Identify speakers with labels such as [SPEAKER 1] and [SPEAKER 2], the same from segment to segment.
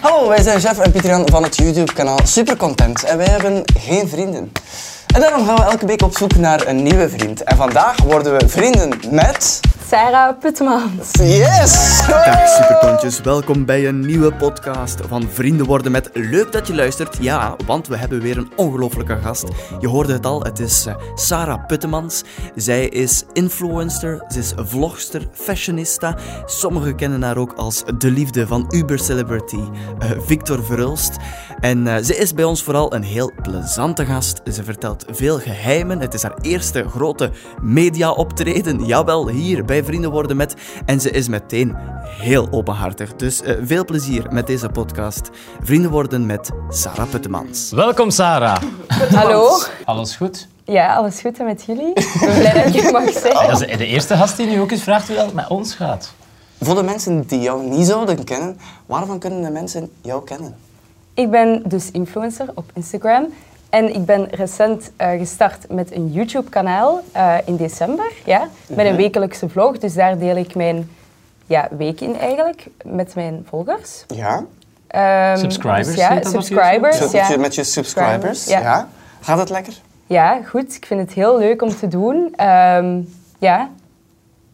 [SPEAKER 1] Hallo, wij zijn Jeff en Pietrian van het YouTube-kanaal Super Content en wij hebben geen vrienden. En daarom gaan we elke week op zoek naar een nieuwe vriend. En vandaag worden we vrienden met...
[SPEAKER 2] Sarah Putmans.
[SPEAKER 1] Yes!
[SPEAKER 3] Dag superkontjes, welkom bij een nieuwe podcast van Vrienden worden met Leuk dat je luistert. Ja, want we hebben weer een ongelofelijke gast. Je hoorde het al, het is eh, Sarah Puttemans. Zij is influencer, ze is vlogster, fashionista. Sommigen kennen haar ook als de liefde van Uber Celebrity eh, Victor Verhulst. En eh, ze is bij ons vooral een heel plezante gast. Ze vertelt veel geheimen. Het is haar eerste grote media-optreden. Jawel, hier bij Vrienden Worden Met. En ze is meteen heel openhartig. Dus eh, veel plezier met deze podcast. Vrienden Worden Met Sarah Puttemans.
[SPEAKER 4] Welkom Sarah.
[SPEAKER 2] Hallo.
[SPEAKER 4] Alles goed?
[SPEAKER 2] Ja, alles goed en met jullie? Ik ben blij dat ik hier mag zijn.
[SPEAKER 4] Dat is de eerste gast die nu ook eens vraagt hoe dat met ons gaat.
[SPEAKER 1] Voor de mensen die jou niet zouden kennen, waarvan kunnen de mensen jou kennen?
[SPEAKER 2] Ik ben dus influencer op Instagram. En ik ben recent eh, gestart met een YouTube-kanaal eh, in december. Ja, met een wekelijkse vlog. Dus daar deel ik mijn ja, week in eigenlijk met mijn volgers.
[SPEAKER 1] Ja?
[SPEAKER 2] Ehm,
[SPEAKER 4] Subscribers,
[SPEAKER 2] dus
[SPEAKER 4] heet
[SPEAKER 2] ja,
[SPEAKER 4] dat op
[SPEAKER 2] subscribers.
[SPEAKER 1] Met
[SPEAKER 2] Ja.
[SPEAKER 1] je, met je subscribers?
[SPEAKER 2] Ja.
[SPEAKER 1] Gaat het lekker?
[SPEAKER 2] ja, goed. Ik vind het heel leuk om te doen. Ehm, ja.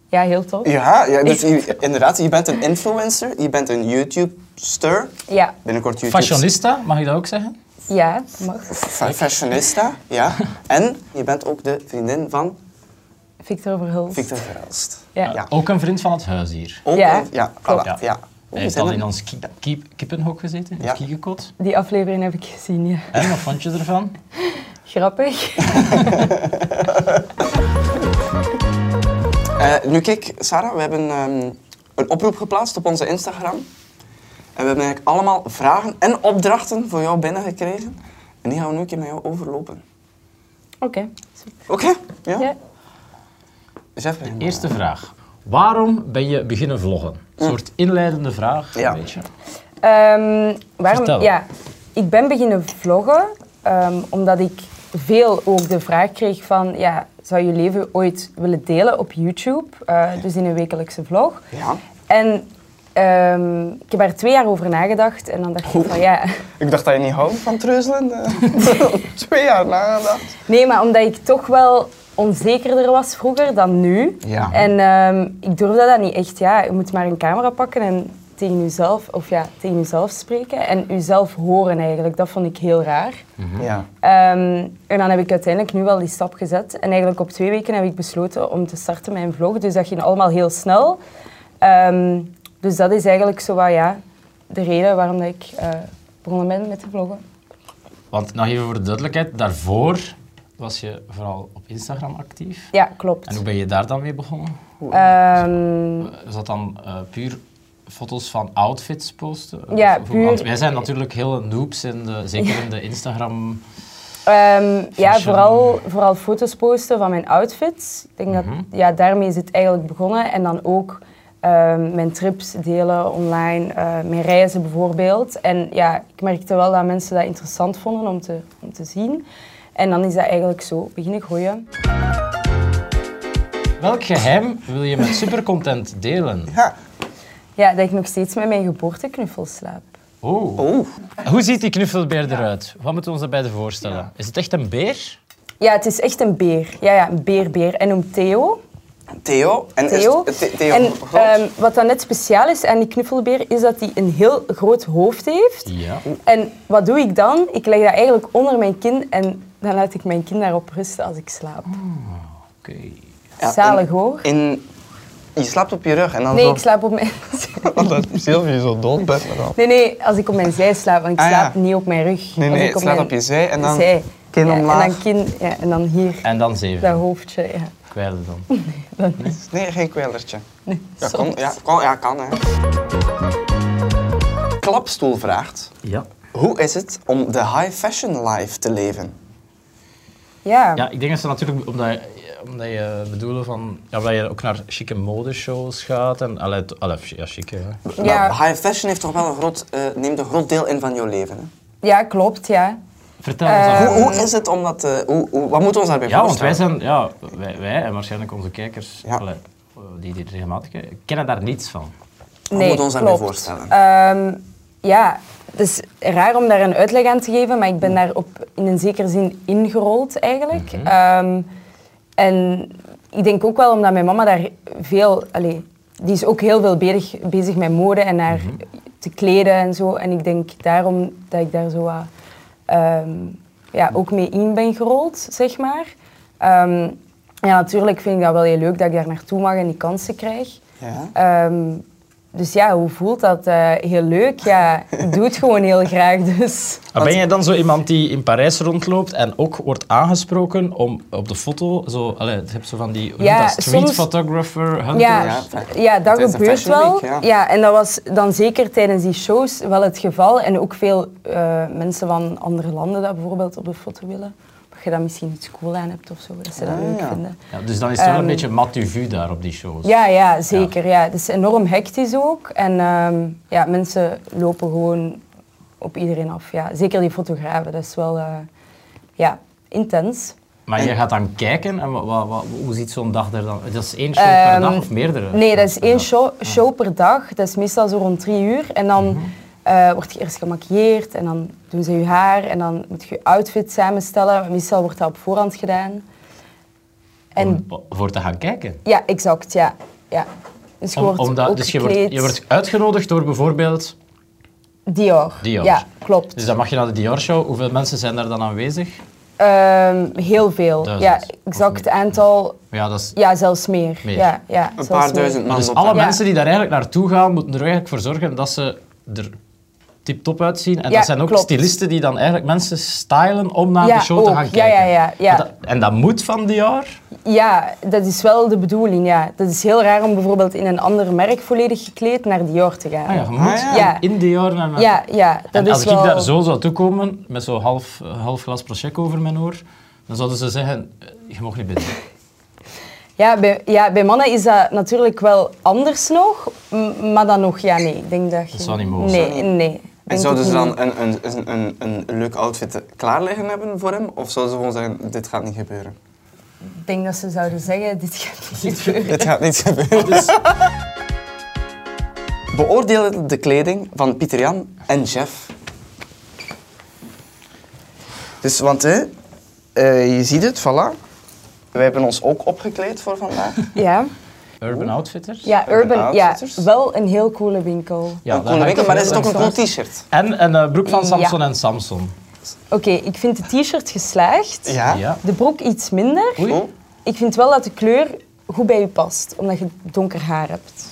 [SPEAKER 2] ja, heel tof.
[SPEAKER 1] Ja, ja dus je- inderdaad. Je bent een influencer, je bent een YouTube-ster.
[SPEAKER 2] Ja,
[SPEAKER 1] Binnenkort YouTube...
[SPEAKER 4] Fashionista, mag ik dat ook zeggen?
[SPEAKER 2] ja mag.
[SPEAKER 1] Fa- fashionista, ja. En je bent ook de vriendin van
[SPEAKER 2] Victor Verhulst.
[SPEAKER 1] Victor Verhelst.
[SPEAKER 2] Ja.
[SPEAKER 1] Ja.
[SPEAKER 4] Ook een vriend van het huis hier.
[SPEAKER 1] Ook
[SPEAKER 2] Ja,
[SPEAKER 1] een- ja,
[SPEAKER 2] klopt.
[SPEAKER 1] voilà, ja. ja.
[SPEAKER 4] Hij heeft
[SPEAKER 1] Zijn
[SPEAKER 4] al
[SPEAKER 1] er-
[SPEAKER 4] in ons ki- kiep- kippenhok gezeten, in
[SPEAKER 1] Ja.
[SPEAKER 4] het kiekekot.
[SPEAKER 2] Die aflevering heb ik gezien, ja.
[SPEAKER 4] En wat vond je ervan?
[SPEAKER 2] Grappig.
[SPEAKER 1] Eh, nu kijk, Sarah, we hebben ehm, een oproep geplaatst op onze Instagram. En we hebben eigenlijk allemaal vragen en opdrachten voor jou binnengekregen. En die gaan we nu een keer met jou overlopen.
[SPEAKER 2] Oké.
[SPEAKER 1] Oké? Ja?
[SPEAKER 2] Ja.
[SPEAKER 1] Jeff, begin maar.
[SPEAKER 4] Eerste vraag. Waarom ben je beginnen vloggen? Een soort inleidende vraag,
[SPEAKER 1] Hm. Ja.
[SPEAKER 4] een beetje.
[SPEAKER 2] Ehm, waarom,
[SPEAKER 4] Vertel.
[SPEAKER 2] Ja, ik ben beginnen vloggen ehm, omdat ik veel ook de vraag kreeg van... Ja, zou je leven ooit willen delen op YouTube? Eh, Dus in een wekelijkse vlog.
[SPEAKER 1] Ja.
[SPEAKER 2] En ehm, ik heb daar twee jaar over nagedacht. En dan dacht ik van ja...
[SPEAKER 1] Ik dacht dat je niet houdt van treuzelen. eh. Twee jaar nagedacht.
[SPEAKER 2] Nee, maar omdat ik toch wel onzekerder was vroeger dan nu.
[SPEAKER 1] Ja.
[SPEAKER 2] En ehm, ik durfde dat niet echt. Ja, je moet maar een camera pakken en tegen jezelf, of ja, tegen jezelf spreken en jezelf horen eigenlijk. Dat vond ik heel raar.
[SPEAKER 1] Ja.
[SPEAKER 2] Ehm, en dan heb ik uiteindelijk nu wel die stap gezet. En eigenlijk op twee weken heb ik besloten om te starten met een vlog. Dus dat ging allemaal heel snel. Ehm, dus dat is eigenlijk zo wat, ja, de reden waarom dat ik eh, begonnen ben met te vloggen.
[SPEAKER 4] Want nog even voor de duidelijkheid, daarvoor was je vooral op Instagram actief.
[SPEAKER 2] Ja, klopt.
[SPEAKER 4] En hoe ben je daar dan mee begonnen?
[SPEAKER 2] Ehm,
[SPEAKER 4] Is dat dan eh, puur foto's van outfits posten? Of-
[SPEAKER 2] Ja,
[SPEAKER 4] of-
[SPEAKER 2] puur-
[SPEAKER 4] Want wij zijn natuurlijk heel noobs, in de, zeker in de Instagram.
[SPEAKER 2] Ehm, ja,
[SPEAKER 4] Fashion.
[SPEAKER 2] vooral, vooral foto's posten van mijn outfits. Ik denk dat ja, daarmee is het eigenlijk begonnen. En dan ook ehm, mijn trips delen online, eh, mijn reizen bijvoorbeeld. En ja, ik merkte wel dat mensen dat interessant vonden om te, om te zien. En dan is dat eigenlijk zo beginnen groeien.
[SPEAKER 4] Welk geheim wil je met supercontent delen?
[SPEAKER 1] Ja.
[SPEAKER 2] Ja, dat ik nog steeds met mijn geboorteknuffel slaap.
[SPEAKER 4] Oh.
[SPEAKER 1] Oeh.
[SPEAKER 4] Hoe ziet die knuffelbeer eruit? Wat moeten we ons daarbij voorstellen? Is het echt een beer?
[SPEAKER 2] Ja, het is echt een beer. Ja, ja een beerbeer. En noem Theo.
[SPEAKER 1] Theo. En is-
[SPEAKER 2] Theo.
[SPEAKER 1] eh, The- Theo.
[SPEAKER 2] en
[SPEAKER 1] groot?
[SPEAKER 2] ehm, wat dan net speciaal is aan die knuffelbeer, is dat hij een heel groot hoofd heeft.
[SPEAKER 4] Ja.
[SPEAKER 2] En wat doe ik dan? Ik leg dat eigenlijk onder mijn kin en dan laat ik mijn kin daarop rusten als ik slaap.
[SPEAKER 4] Oké.
[SPEAKER 1] Ja,
[SPEAKER 2] Zalig
[SPEAKER 1] in-
[SPEAKER 2] hoor.
[SPEAKER 1] in- je slaapt op je rug en dan
[SPEAKER 2] Nee,
[SPEAKER 1] zo...
[SPEAKER 2] ik slaap op mijn...
[SPEAKER 1] Omdat Sylvie zo dol bent met al.
[SPEAKER 2] Nee, nee, als ik op mijn zij slaap, want ik
[SPEAKER 1] Ah, ja.
[SPEAKER 2] slaap niet op mijn rug.
[SPEAKER 1] Nee,
[SPEAKER 2] Als
[SPEAKER 1] nee,
[SPEAKER 2] ik
[SPEAKER 1] het slaat
[SPEAKER 2] mijn
[SPEAKER 1] op je zij en dan
[SPEAKER 2] zij.
[SPEAKER 1] kin
[SPEAKER 2] Ja,
[SPEAKER 1] omlaag.
[SPEAKER 2] En dan kin, ja, en dan hier,
[SPEAKER 4] En dan zeven.
[SPEAKER 2] dat hoofdje. Ja.
[SPEAKER 4] Kwijlen dan.
[SPEAKER 2] Dan,
[SPEAKER 1] Nee, geen kwellertje. Ja,
[SPEAKER 2] zo.
[SPEAKER 1] kon, ja, kon, ja, kan hè. Klapstoel vraagt,
[SPEAKER 4] Ja.
[SPEAKER 1] hoe is het om de high fashion life te leven?
[SPEAKER 2] Ja.
[SPEAKER 4] Ja, ik denk dat ze natuurlijk, omdat je, omdat je bedoelen van, ja, omdat je ook naar chique modeshows gaat en, allee, t- allee, ja, chique, hè.
[SPEAKER 2] Ja.
[SPEAKER 1] Maar Nou, high fashion heeft toch wel een groot, eh, neemt een groot deel in van jouw leven. Hè?
[SPEAKER 2] Ja, klopt, ja.
[SPEAKER 4] Vertel eens
[SPEAKER 2] Eh,
[SPEAKER 4] af.
[SPEAKER 2] Ehm,
[SPEAKER 1] Hoe, hoe is het om dat... eh, hoe, hoe- wat moeten we ons daarbij
[SPEAKER 4] Ja, want wij
[SPEAKER 1] voorstellen?
[SPEAKER 4] zijn, ja, wij, wij en waarschijnlijk onze kijkers,
[SPEAKER 1] Ja.
[SPEAKER 4] allee, die dit eh, regelmatig kijken, kennen daar niets van.
[SPEAKER 1] moeten we ons daarbij voorstellen?
[SPEAKER 2] Ehm, ja, het is raar om daar een uitleg aan te geven, maar ik ben daar op, in een zekere zin ingerold eigenlijk. Ehm, en ik denk ook wel omdat mijn mama daar veel... Allee, die is ook heel veel bezig, bezig met mode en haar te kleden en zo. En ik denk daarom dat ik daar zo wat, ehm, ja, ook mee in ben gerold, zeg maar. Ehm, ja, natuurlijk vind ik dat wel heel leuk dat ik daar naartoe mag en die kansen krijg.
[SPEAKER 1] Ja.
[SPEAKER 2] Ehm, dus ja, hoe voelt dat? Eh, heel leuk. Ja, ik doe het gewoon heel graag. Dus
[SPEAKER 4] Maar Ah, ben jij dan zo iemand die in Parijs rondloopt en ook wordt aangesproken om op de foto, zo, allee, het hebt zo van die hoe noemt
[SPEAKER 2] Ja,
[SPEAKER 4] dat, street
[SPEAKER 2] soms-
[SPEAKER 4] photographer, hunter.
[SPEAKER 2] ja, ja, dat
[SPEAKER 1] Het is een
[SPEAKER 2] gebeurt
[SPEAKER 1] fashion
[SPEAKER 2] wel.
[SPEAKER 1] week, ja.
[SPEAKER 2] Ja, en dat was dan zeker tijdens die shows wel het geval. En ook veel eh, mensen van andere landen dat bijvoorbeeld op de foto willen. Of je dat misschien iets cool aan hebt of zo, dat ze dat
[SPEAKER 1] Ah,
[SPEAKER 2] leuk
[SPEAKER 1] ja.
[SPEAKER 2] vinden.
[SPEAKER 4] Ja, dus dan is het wel
[SPEAKER 2] Ehm,
[SPEAKER 4] een beetje matu vu daar op die shows.
[SPEAKER 2] Ja, ja, zeker. Ja. Het is enorm hectisch ook. En ehm, ja, mensen lopen gewoon op iedereen af. Ja. Zeker die fotografen, dat is wel eh, ja, intens.
[SPEAKER 4] Maar je gaat dan kijken en wa- wa- wa- hoe ziet zo'n dag er dan? Dat is één show per
[SPEAKER 2] Ehm,
[SPEAKER 4] dag of meerdere?
[SPEAKER 2] Nee, dat is
[SPEAKER 4] shows per
[SPEAKER 2] één
[SPEAKER 4] dag?
[SPEAKER 2] show, show per dag. Dat is meestal zo rond drie uur. En dan
[SPEAKER 4] Mhm.
[SPEAKER 2] eh, word je eerst gemaquilleerd en dan doen ze je haar en dan moet je je outfit samenstellen. Meestal wordt dat op voorhand gedaan. En
[SPEAKER 4] Om- voor te gaan kijken.
[SPEAKER 2] ja, exact, ja. ja. Dus je
[SPEAKER 4] Om-
[SPEAKER 2] wordt
[SPEAKER 4] omdat,
[SPEAKER 2] ook
[SPEAKER 4] dus je wordt, je
[SPEAKER 2] gekleed.
[SPEAKER 4] wordt uitgenodigd door bijvoorbeeld...
[SPEAKER 2] Dior.
[SPEAKER 4] Dior.
[SPEAKER 2] Ja, klopt.
[SPEAKER 4] Dus dan mag je naar de Dior-show. Hoeveel mensen zijn daar dan aanwezig?
[SPEAKER 2] Ehm, heel veel.
[SPEAKER 4] Duizend,
[SPEAKER 2] Ja,
[SPEAKER 4] of
[SPEAKER 2] exact
[SPEAKER 4] meer?
[SPEAKER 2] aantal.
[SPEAKER 4] Ja, dat is...
[SPEAKER 2] Ja, zelfs meer.
[SPEAKER 4] Meer.
[SPEAKER 2] Ja, ja,
[SPEAKER 1] Een
[SPEAKER 2] zelfs
[SPEAKER 1] paar
[SPEAKER 2] meer.
[SPEAKER 1] duizend man
[SPEAKER 4] Maar dus
[SPEAKER 1] op
[SPEAKER 4] alle
[SPEAKER 1] de-
[SPEAKER 2] Ja.
[SPEAKER 4] mensen die daar eigenlijk naartoe gaan, moeten er eigenlijk voor zorgen dat ze er tip-top uitzien. En
[SPEAKER 2] Ja,
[SPEAKER 4] dat zijn ook
[SPEAKER 2] klopt.
[SPEAKER 4] stylisten die dan eigenlijk mensen stylen om naar
[SPEAKER 2] Ja,
[SPEAKER 4] de show te
[SPEAKER 2] ook.
[SPEAKER 4] gaan
[SPEAKER 2] Ja,
[SPEAKER 4] kijken.
[SPEAKER 2] ja, ja, ja.
[SPEAKER 4] En, dat, en dat moet van Dior.
[SPEAKER 2] Ja, dat is wel de bedoeling. Ja. Dat is heel raar om bijvoorbeeld in een ander merk volledig gekleed naar Dior te gaan.
[SPEAKER 4] Ah ja, je moet
[SPEAKER 1] Ah, ja.
[SPEAKER 2] Ja.
[SPEAKER 4] in Dior naar... naar-
[SPEAKER 2] ja, ja, dat
[SPEAKER 4] en
[SPEAKER 2] is
[SPEAKER 4] als
[SPEAKER 2] wel...
[SPEAKER 4] ik daar zo zou toekomen, met zo'n half, half glas prosecco over mijn oor, dan zouden ze zeggen, eh, je mag niet binnen.
[SPEAKER 2] ja, bij, ja, bij mannen is dat natuurlijk wel anders nog, m- maar dan nog, ja, nee. Ik denk dat je...
[SPEAKER 4] zou niet mogen.
[SPEAKER 2] Nee,
[SPEAKER 1] Zou niet-
[SPEAKER 2] nee. denk
[SPEAKER 1] En
[SPEAKER 2] ik
[SPEAKER 1] zouden ze
[SPEAKER 2] niet.
[SPEAKER 1] dan een, een, een, een, een leuk outfit klaar liggen hebben voor hem? Of zouden ze gewoon zeggen, dit gaat niet gebeuren?
[SPEAKER 2] Ik denk dat ze zouden zeggen, dit gaat niet gebeuren.
[SPEAKER 1] Dit gaat niet gebeuren.
[SPEAKER 4] Dus-
[SPEAKER 1] Beoordeel de kleding van Pieter Jan en Jeff. Dus, want hè, eh, je ziet het, voilà. Wij hebben ons ook opgekleed voor vandaag.
[SPEAKER 2] Ja,
[SPEAKER 4] Urban Outfitters.
[SPEAKER 2] Oh. ja Urban, ja,
[SPEAKER 1] Outfitters.
[SPEAKER 2] wel een heel coole winkel.
[SPEAKER 4] Ja,
[SPEAKER 1] een
[SPEAKER 4] daar
[SPEAKER 1] coole
[SPEAKER 4] hangt
[SPEAKER 1] winkel, maar
[SPEAKER 4] veel
[SPEAKER 1] is het ook een
[SPEAKER 4] aan
[SPEAKER 1] cool
[SPEAKER 4] vast.
[SPEAKER 1] t-shirt?
[SPEAKER 4] En een eh, broek van
[SPEAKER 2] Ja.
[SPEAKER 4] Samson en Samson.
[SPEAKER 2] Oké, ik vind de t-shirt geslaagd.
[SPEAKER 1] Ja.
[SPEAKER 4] Ja.
[SPEAKER 2] De broek iets minder.
[SPEAKER 4] Oei.
[SPEAKER 1] Oh,
[SPEAKER 2] Ik vind wel dat de kleur goed bij je past, omdat je donker haar hebt.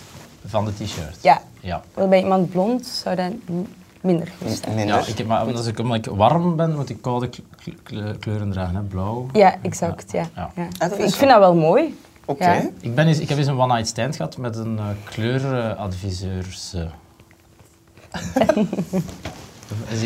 [SPEAKER 4] Van de t-shirt.
[SPEAKER 2] Ja.
[SPEAKER 4] Ja.
[SPEAKER 2] Wel bij iemand blond zou dat m- minder goed staan.
[SPEAKER 1] minder.
[SPEAKER 4] Ja, ik, maar omdat ik, omdat ik warm ben, moet ik koude kle- kle- kleuren dragen, hè? blauw.
[SPEAKER 2] Ja, exact. Ja.
[SPEAKER 4] Ja.
[SPEAKER 2] Ja.
[SPEAKER 1] Ah, dat is
[SPEAKER 2] Ik
[SPEAKER 1] zo.
[SPEAKER 2] vind dat wel mooi.
[SPEAKER 1] Oké.
[SPEAKER 2] Ja.
[SPEAKER 4] Ik, ben eens, ik heb eens een one-night stand gehad met een eh, kleuradviseurs...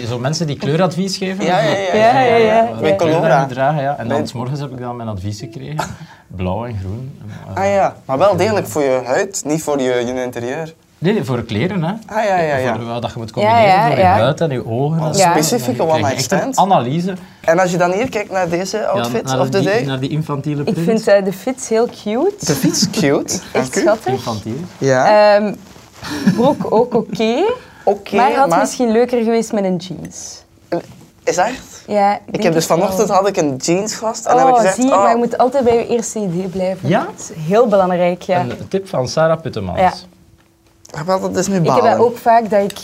[SPEAKER 4] Zo mensen die kleuradvies geven.
[SPEAKER 1] Ja, ja, ja.
[SPEAKER 2] Ja, ja, ja.
[SPEAKER 4] Welke
[SPEAKER 1] Bij
[SPEAKER 4] kleur
[SPEAKER 1] Colora.
[SPEAKER 4] dat je dragen, ja. En dan
[SPEAKER 1] Bij-
[SPEAKER 4] 's morgens heb ik dan mijn advies gekregen. Blauw en groen. En, eh,
[SPEAKER 1] Ah ja, maar wel degelijk voor je huid, niet voor je, je interieur.
[SPEAKER 4] Nee, nee, voor kleren, hè.
[SPEAKER 1] Ah ja, ja, ja.
[SPEAKER 4] Voor, eh, dat je moet combineren
[SPEAKER 2] Ja, ja,
[SPEAKER 4] voor je
[SPEAKER 2] ja.
[SPEAKER 4] huid en je ogen.
[SPEAKER 1] Wat
[SPEAKER 4] en
[SPEAKER 1] een
[SPEAKER 4] zo.
[SPEAKER 2] Ja.
[SPEAKER 1] specifieke
[SPEAKER 4] Dan krijg je
[SPEAKER 1] one-night
[SPEAKER 4] echt een
[SPEAKER 1] stand.
[SPEAKER 4] Analyse.
[SPEAKER 1] En als je dan hier kijkt naar deze outfit
[SPEAKER 4] naar
[SPEAKER 1] of the
[SPEAKER 4] die-
[SPEAKER 1] day.
[SPEAKER 4] Naar die infantiele
[SPEAKER 2] Ik
[SPEAKER 4] print.
[SPEAKER 2] vind eh, de fiets heel cute.
[SPEAKER 1] De fiets, cute.
[SPEAKER 2] Echt schattig.
[SPEAKER 4] Infantiel.
[SPEAKER 1] Ja.
[SPEAKER 2] Ehm, broek ook oké.
[SPEAKER 1] Oké,
[SPEAKER 2] maar het had
[SPEAKER 1] maar-
[SPEAKER 2] misschien leuker geweest met een jeans.
[SPEAKER 1] Is dat echt?
[SPEAKER 2] Ja,
[SPEAKER 1] Ik
[SPEAKER 2] denk
[SPEAKER 1] heb dus
[SPEAKER 2] het wel.
[SPEAKER 1] vanochtend had ik een jeans vast en
[SPEAKER 2] Oh,
[SPEAKER 1] heb ik gezegd,
[SPEAKER 2] zie je,
[SPEAKER 1] oh,
[SPEAKER 2] maar je moet altijd bij je eerste idee blijven.
[SPEAKER 4] Ja?
[SPEAKER 2] Dat is heel belangrijk, ja.
[SPEAKER 4] Een tip van Sarah Puttemans.
[SPEAKER 2] Ja.
[SPEAKER 1] ah, wel, dat is nu
[SPEAKER 2] Ik
[SPEAKER 1] balen.
[SPEAKER 2] heb dat ook vaak dat ik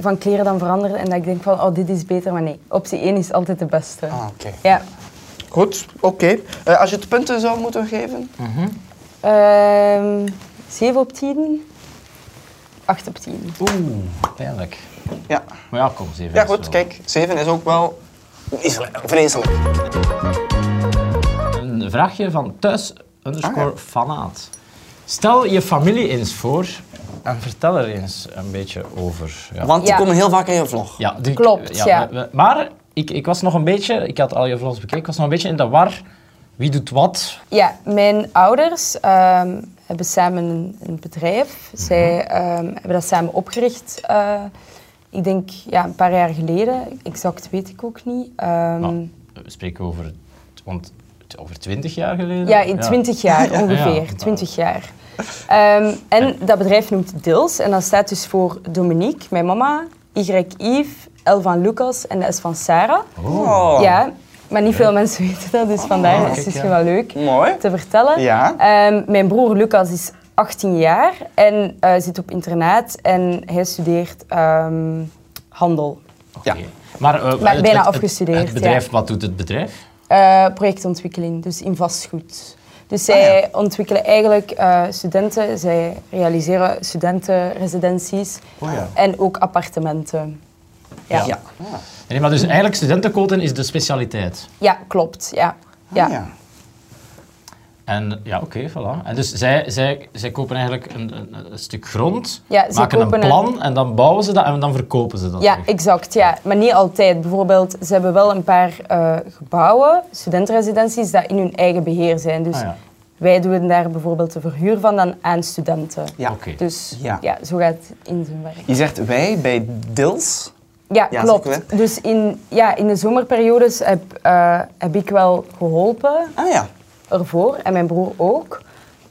[SPEAKER 2] van kleren dan verander en dat ik denk van oh dit is beter, maar nee, optie 1 is altijd de beste.
[SPEAKER 1] Ah, oké.
[SPEAKER 2] Ja.
[SPEAKER 1] Goed, oké. Eh, als je het punten zou moeten geven?
[SPEAKER 2] Ehm 7 op 10, 8 op 10.
[SPEAKER 4] Oeh, pijnlijk.
[SPEAKER 1] Ja.
[SPEAKER 4] Maar ja, kom, zeven.
[SPEAKER 1] Ja
[SPEAKER 4] is
[SPEAKER 1] goed,
[SPEAKER 4] wel-
[SPEAKER 1] kijk, 7 is ook wel is vreselijk.
[SPEAKER 4] Een vraagje van thuis
[SPEAKER 1] Ah,
[SPEAKER 4] underscore fanaat. Stel je familie eens voor en vertel er eens een beetje over. Ja.
[SPEAKER 1] Want die
[SPEAKER 2] Ja.
[SPEAKER 1] komen heel vaak in je vlog.
[SPEAKER 4] Ja, die-
[SPEAKER 2] Klopt, ja.
[SPEAKER 4] we- we- Maar ik, ik was nog een beetje, ik had al je vlogs bekeken, ik was nog een beetje in de war. Wie doet wat?
[SPEAKER 2] Ja, mijn ouders ehm, hebben samen een, een bedrijf. Zij
[SPEAKER 4] Mhm.
[SPEAKER 2] ehm, hebben dat samen opgericht. eh, ik denk ja, een paar jaar geleden, exact weet ik ook niet. Ehm,
[SPEAKER 4] Nou, we spreken over, t- want, t- over 20 jaar geleden.
[SPEAKER 2] Ja, in 20 jaar ongeveer.
[SPEAKER 4] Ja.
[SPEAKER 2] 20 jaar. Ehm, en dat bedrijf noemt Dils en dat staat dus voor Dominique, mijn mama, Y Yves, L van Lucas en de S van Sarah.
[SPEAKER 1] Oh.
[SPEAKER 2] Ja, maar niet veel mensen weten dat, dus vandaar
[SPEAKER 4] Ah,
[SPEAKER 2] is
[SPEAKER 4] kijk,
[SPEAKER 2] het
[SPEAKER 4] ja.
[SPEAKER 2] wel leuk
[SPEAKER 1] Mooi.
[SPEAKER 2] te vertellen.
[SPEAKER 1] Ja.
[SPEAKER 2] Ehm, mijn broer Lucas is 18 jaar en eh, zit op internaat en hij studeert ehm, handel.
[SPEAKER 1] Ja.
[SPEAKER 4] Oké. Maar, eh,
[SPEAKER 2] bijna
[SPEAKER 4] het- het- het-
[SPEAKER 2] afgestudeerd,
[SPEAKER 4] Het bedrijf, wat doet het bedrijf?
[SPEAKER 2] Eh, projectontwikkeling, dus in vastgoed. Dus zij ontwikkelen eigenlijk eh, studenten, zij realiseren studentenresidenties
[SPEAKER 4] Oh ja.
[SPEAKER 2] en ook appartementen. Ja, ja.
[SPEAKER 4] Nee, maar dus eigenlijk studentenkoten is de specialiteit.
[SPEAKER 2] klopt. Ja. Ja.
[SPEAKER 1] Ah, ja.
[SPEAKER 4] En ja, oké, voilà. En dus zij, zij, zij kopen eigenlijk een, een, een stuk grond,
[SPEAKER 2] Ja, ze
[SPEAKER 4] maken een
[SPEAKER 2] kopen een-
[SPEAKER 4] plan en dan bouwen ze dat en dan verkopen ze dat
[SPEAKER 2] Ja,
[SPEAKER 4] terug.
[SPEAKER 2] exact. Ja. Maar niet altijd. Bijvoorbeeld, ze hebben wel een paar eh, gebouwen, studentenresidenties, dat in hun eigen beheer zijn. Dus
[SPEAKER 4] Ah, ja.
[SPEAKER 2] wij doen daar bijvoorbeeld de verhuur van dan aan studenten.
[SPEAKER 1] Ja.
[SPEAKER 4] Oké.
[SPEAKER 2] Dus
[SPEAKER 1] Ja.
[SPEAKER 2] ja. zo gaat het in zijn werk.
[SPEAKER 1] Je zegt wij bij Dils.
[SPEAKER 2] Ja,
[SPEAKER 1] Ja, zeker,
[SPEAKER 2] klopt. Dus in, ja, in de zomerperiodes heb, eh, heb ik wel geholpen
[SPEAKER 1] Ah ja.
[SPEAKER 2] ervoor en mijn broer ook.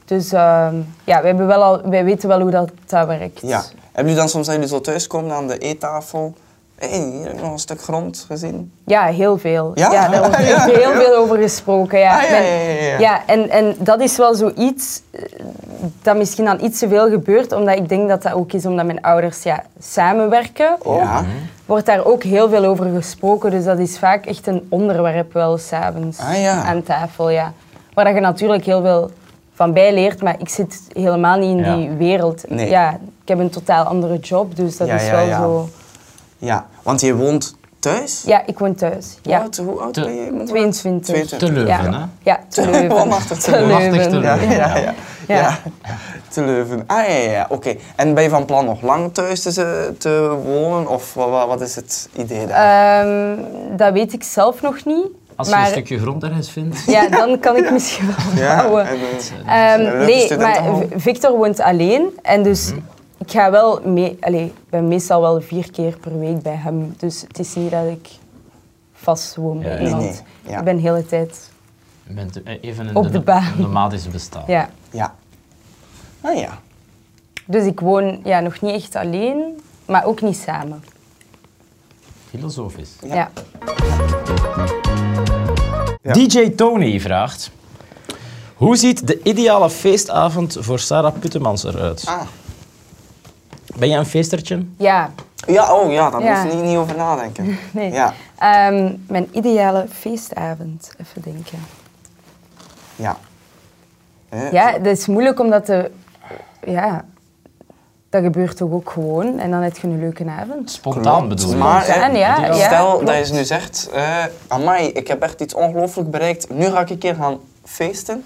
[SPEAKER 2] Dus ehm, ja, wij, hebben wel al, wij weten wel hoe dat, dat werkt.
[SPEAKER 1] ja. Hebben jullie dan soms, als jullie zo thuiskomen aan de eettafel, hé, hier heb ik nog een stuk grond gezien?
[SPEAKER 2] Ja, heel veel.
[SPEAKER 1] Ja?
[SPEAKER 2] Ja, daar wordt echt heel veel over gesproken. Ja,
[SPEAKER 1] Ah, ja,
[SPEAKER 2] Men-
[SPEAKER 1] ja, ja, ja.
[SPEAKER 2] ja, en, en dat is wel zoiets eh, dat misschien dan iets te veel gebeurt, omdat ik denk dat dat ook is omdat mijn ouders ja, samenwerken. Ook.
[SPEAKER 1] Ja. Oh.
[SPEAKER 2] Wordt daar ook heel veel over gesproken, dus dat is vaak echt een onderwerp wel s'avonds
[SPEAKER 1] Ah, ja.
[SPEAKER 2] aan tafel. Ja. Waar dat je natuurlijk heel veel van bij leert, maar ik zit helemaal niet in
[SPEAKER 4] Ja.
[SPEAKER 2] die wereld.
[SPEAKER 1] Nee.
[SPEAKER 2] Ja, ik heb een totaal andere job, dus dat
[SPEAKER 1] Ja,
[SPEAKER 2] is
[SPEAKER 1] ja,
[SPEAKER 2] wel
[SPEAKER 1] ja.
[SPEAKER 2] zo.
[SPEAKER 1] Ja, want je woont thuis?
[SPEAKER 2] Ja, ik woon thuis.
[SPEAKER 1] Hoe
[SPEAKER 2] Ja.
[SPEAKER 1] oud, hoe oud
[SPEAKER 4] Te-
[SPEAKER 1] ben je?
[SPEAKER 2] 22.
[SPEAKER 4] Te Leuven, hè?
[SPEAKER 2] Ja, ja te Leuven.
[SPEAKER 1] Woonachtig te
[SPEAKER 2] Te
[SPEAKER 1] Leuven.
[SPEAKER 4] Machtig te
[SPEAKER 1] Ja,
[SPEAKER 4] Leuven,
[SPEAKER 1] ja, ja.
[SPEAKER 2] Ja.
[SPEAKER 1] ja. Te Leuven. Ah ja, ja, ja. oké. En ben je van plan nog lang thuis te, z- te wonen? Of wa- wa- wat is het idee daar?
[SPEAKER 2] Ehm, dat weet ik zelf nog niet.
[SPEAKER 4] Als je
[SPEAKER 2] maar
[SPEAKER 4] een stukje grond ergens vindt.
[SPEAKER 2] ja, dan kan ik misschien wel bouwen.
[SPEAKER 1] en, eh,
[SPEAKER 2] Ehm,
[SPEAKER 1] dat dus is
[SPEAKER 2] nee, maar
[SPEAKER 1] studentenhal.
[SPEAKER 2] V- Victor woont alleen. En dus
[SPEAKER 4] Mhm.
[SPEAKER 2] ik ga wel mee... Allee, ik ben meestal wel vier keer per week bij hem. Dus het is niet dat ik vast woon bij
[SPEAKER 4] Ja,
[SPEAKER 1] nee,
[SPEAKER 2] iemand.
[SPEAKER 1] nee, ja.
[SPEAKER 2] Ik ben de hele tijd...
[SPEAKER 4] Je bent eh, even in
[SPEAKER 2] Op
[SPEAKER 4] de,
[SPEAKER 2] de baan.
[SPEAKER 4] nomadische bestaan.
[SPEAKER 2] Ja.
[SPEAKER 1] Ja. Ah ja.
[SPEAKER 2] Dus ik woon ja, nog niet echt alleen, maar ook niet samen.
[SPEAKER 4] Filosofisch.
[SPEAKER 1] Ja.
[SPEAKER 2] ja.
[SPEAKER 4] DJ Tony vraagt... Hoe ziet de ideale feestavond voor Sarah Puttemans eruit?
[SPEAKER 1] Ah.
[SPEAKER 4] Ben jij een feestertje?
[SPEAKER 2] Ja,
[SPEAKER 1] Ja, oh ja, daar
[SPEAKER 2] Ja.
[SPEAKER 1] moet je niet, niet over nadenken.
[SPEAKER 2] nee.
[SPEAKER 1] Ja.
[SPEAKER 2] Ehm, mijn ideale feestavond, even denken.
[SPEAKER 1] Ja. Eh,
[SPEAKER 2] Ja, dat is moeilijk omdat de... Ja, dat gebeurt toch ook gewoon en dan heb je een leuke avond.
[SPEAKER 4] Spontaan
[SPEAKER 1] Klopt,
[SPEAKER 4] bedoel je?
[SPEAKER 1] Maar, eh,
[SPEAKER 2] Spontaan, ja, ja.
[SPEAKER 1] stel dat je
[SPEAKER 2] klopt.
[SPEAKER 1] nu zegt, eh amai, ik heb echt iets ongelooflijk bereikt, nu ga ik een keer gaan feesten.